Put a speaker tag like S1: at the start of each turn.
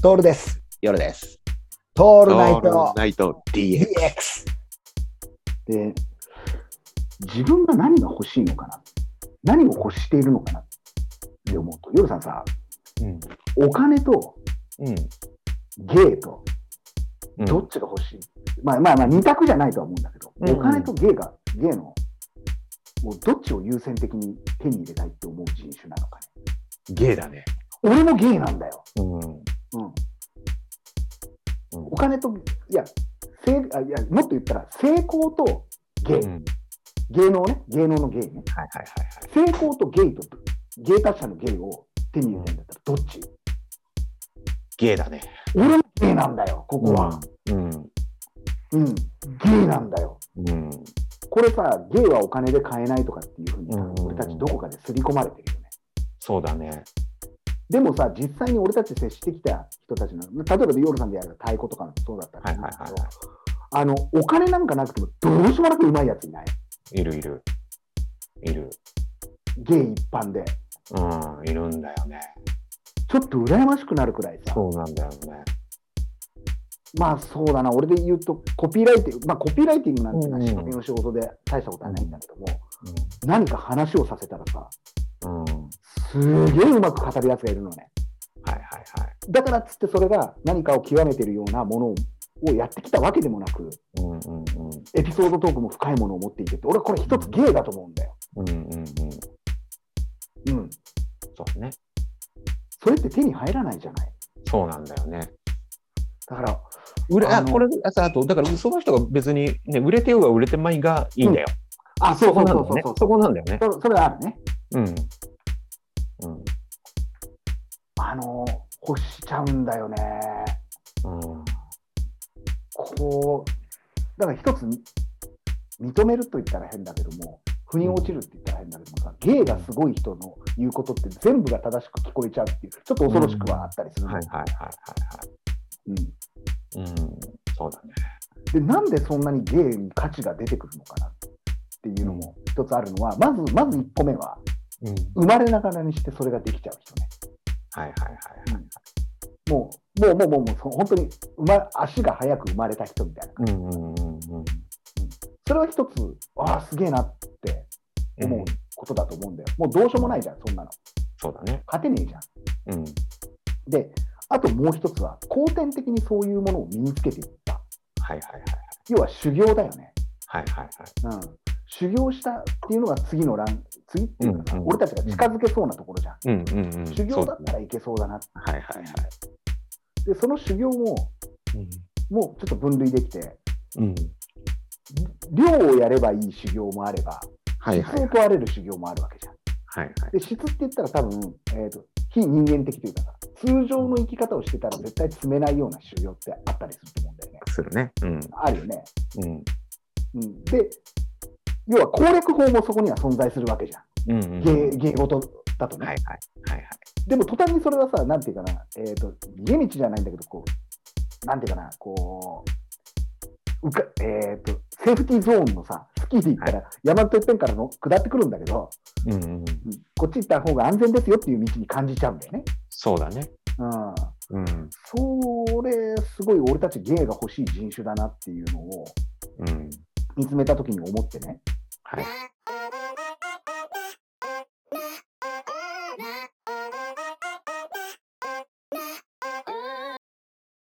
S1: トールです。
S2: 夜です。
S1: ト
S2: オ
S1: ールナイト
S2: ナイト DX。
S1: DX。
S3: で、自分が何が欲しいのかな、何を欲しているのかなって思うと、夜さんさ、
S2: うん。
S3: お金と
S2: うん。
S3: 芸と
S2: うん
S3: どっちが欲しい、まあまあまあ、二択じゃないとは思うんだけど、
S2: うんうん
S3: お金と芸が、芸の、もうどっちを優先的に手に入れたいって思う人種なのかね。
S2: ゲイだね。
S3: 俺も芸なんだよ。
S2: うん。
S3: うんお金と、いや、せいあいやもっと言ったら、成功と芸、
S2: うん。
S3: 芸能ね、芸能の芸ね。
S2: はいはいはいはい。
S3: 成功とゲイと芸達者のゲイを手に入れたいんだったらどっち
S2: ゲイだね。
S3: 俺もゲイなんだよここは、
S2: うん。
S3: うんゲイなんだよ
S2: うん。
S3: これさゲイはお金で買えないとかっていうふうに多分
S2: うん
S3: 俺たちどこかで刷り込まれてるよね
S2: そうだね。
S3: でもさ実際に俺たち接してきた人たちの例えばで夜さんでやる太鼓とかもそうだった
S2: は
S3: ら
S2: いはいはいは
S3: あのお金なんかなくてもどうしようもなくうまいやついない
S2: い。いるいる。いる。
S3: ゲイ一般で
S2: うん。いるんだよね。
S3: ちょっと羨ましくなるくらいさ
S2: そうなんだよね。
S3: まあそうだな、俺で言うと、コピーライティング、まあコピーライティングなんていうの
S2: うん
S3: は
S2: うん
S3: 仕掛けの仕事で大したことはないんだけども、何か話をさせたらさ、
S2: うん。うん。
S3: すげえうまく語るやつがいるのね。
S2: はいはいはい。
S3: だからっつってそれが何かを極めてるようなものをやってきたわけでもなく、
S2: うんうんうん。
S3: エピソードトークも深いものを持っていてって、俺はこれ一つ芸だと思うんだよ。
S2: うんうんうん。
S3: うん。
S2: そうね。
S3: それって手に入らないじゃない。
S2: そうなんだよね。
S3: だから、
S2: 売れ
S3: あ
S2: あ
S3: の
S2: これあさあとだからその人が別に、ね、売れてようが売れてまいがいいんだよ。
S3: あ、そうそう
S2: な
S3: そ
S2: ん
S3: う
S2: だよ
S3: そう
S2: ね
S3: そう。
S2: そこなんだよね。
S3: そそれがあるね。
S2: うん。うん。
S3: あの、欲しちゃうんだよね。
S2: うん。
S3: こう、だから一つ、認めると言ったら変だけども、腑に落ちるって言ったら変だけどもさ、芸がすごい人の言うことって全部が正しく聞こえちゃうっていう、ちょっと恐ろしくはあったりするの、
S2: はいはいはい
S3: うん
S2: はいはい。うん。そうだね。
S3: で、なんでそんなに芸に価値が出てくるのかなっていうのも一つあるのは、まず、まず1個目は、
S2: うん。
S3: 生まれながらにしてそれができちゃう人ね。
S2: はいはいはいはい。
S3: もう、もう、もう、もう、もうそう本当に、ま、足が速く生まれた人みたいな。
S2: うんうんうんうん。
S3: それは一つ、ああ、すげえなって思うことだと思うんだよ。もうどうしようもないじゃん、そんなの。
S2: そうだね。
S3: 勝てねえじゃん。
S2: うん。
S3: で、あともう一つは、後天的にそういうものを身につけていった。
S2: はいはいはい
S3: 要は修行だよね。
S2: はいはいはいはい。
S3: うん。修行したっていうのが次の欄、次っていうかさ、
S2: うんうん
S3: 俺たちが近づけそうなところじゃん。
S2: うんうんうん。
S3: 修行だ
S2: そう
S3: った
S2: ね
S3: らいけそうだな。
S2: はいはいはい。
S3: で、その修行も、もうちょっと分類できて、
S2: うん。うん。
S3: 量をやればいい修行もあれば、
S2: はい
S3: 質
S2: はいは
S3: を
S2: い
S3: 問われる修行もあるわけじゃん。
S2: はい
S3: で、質って言ったら多分、えーと非人間的というかさ、通常の生き方をしてたら絶対詰めないような修行ってあったりすると思うんだよね。
S2: するね。うん
S3: あるよね。
S2: うん
S3: うん、で、要は攻略法もそこには存在するわけじゃ。
S2: うんうんん。
S3: 芸芸事だとね。
S2: はいはいはいはい。
S3: でも途端にそれはさ、なんていうかな、えーと、逃げ道じゃないんだけど、こう、なんていうかな、こう、うかえー、とセーフティーゾーンのさ、スキーで行ったら、山のてっぺんからの下ってくるんだけど、
S2: うんうん。
S3: うんこっち行った方が安全ですよっていう道に感じちゃうんだよね。
S2: そうだね。
S3: うん、
S2: うん。
S3: それ、すごい俺たち芸が欲しい人種だなっていうのを
S2: うん。
S3: 見つめたときに思ってね。
S2: はい。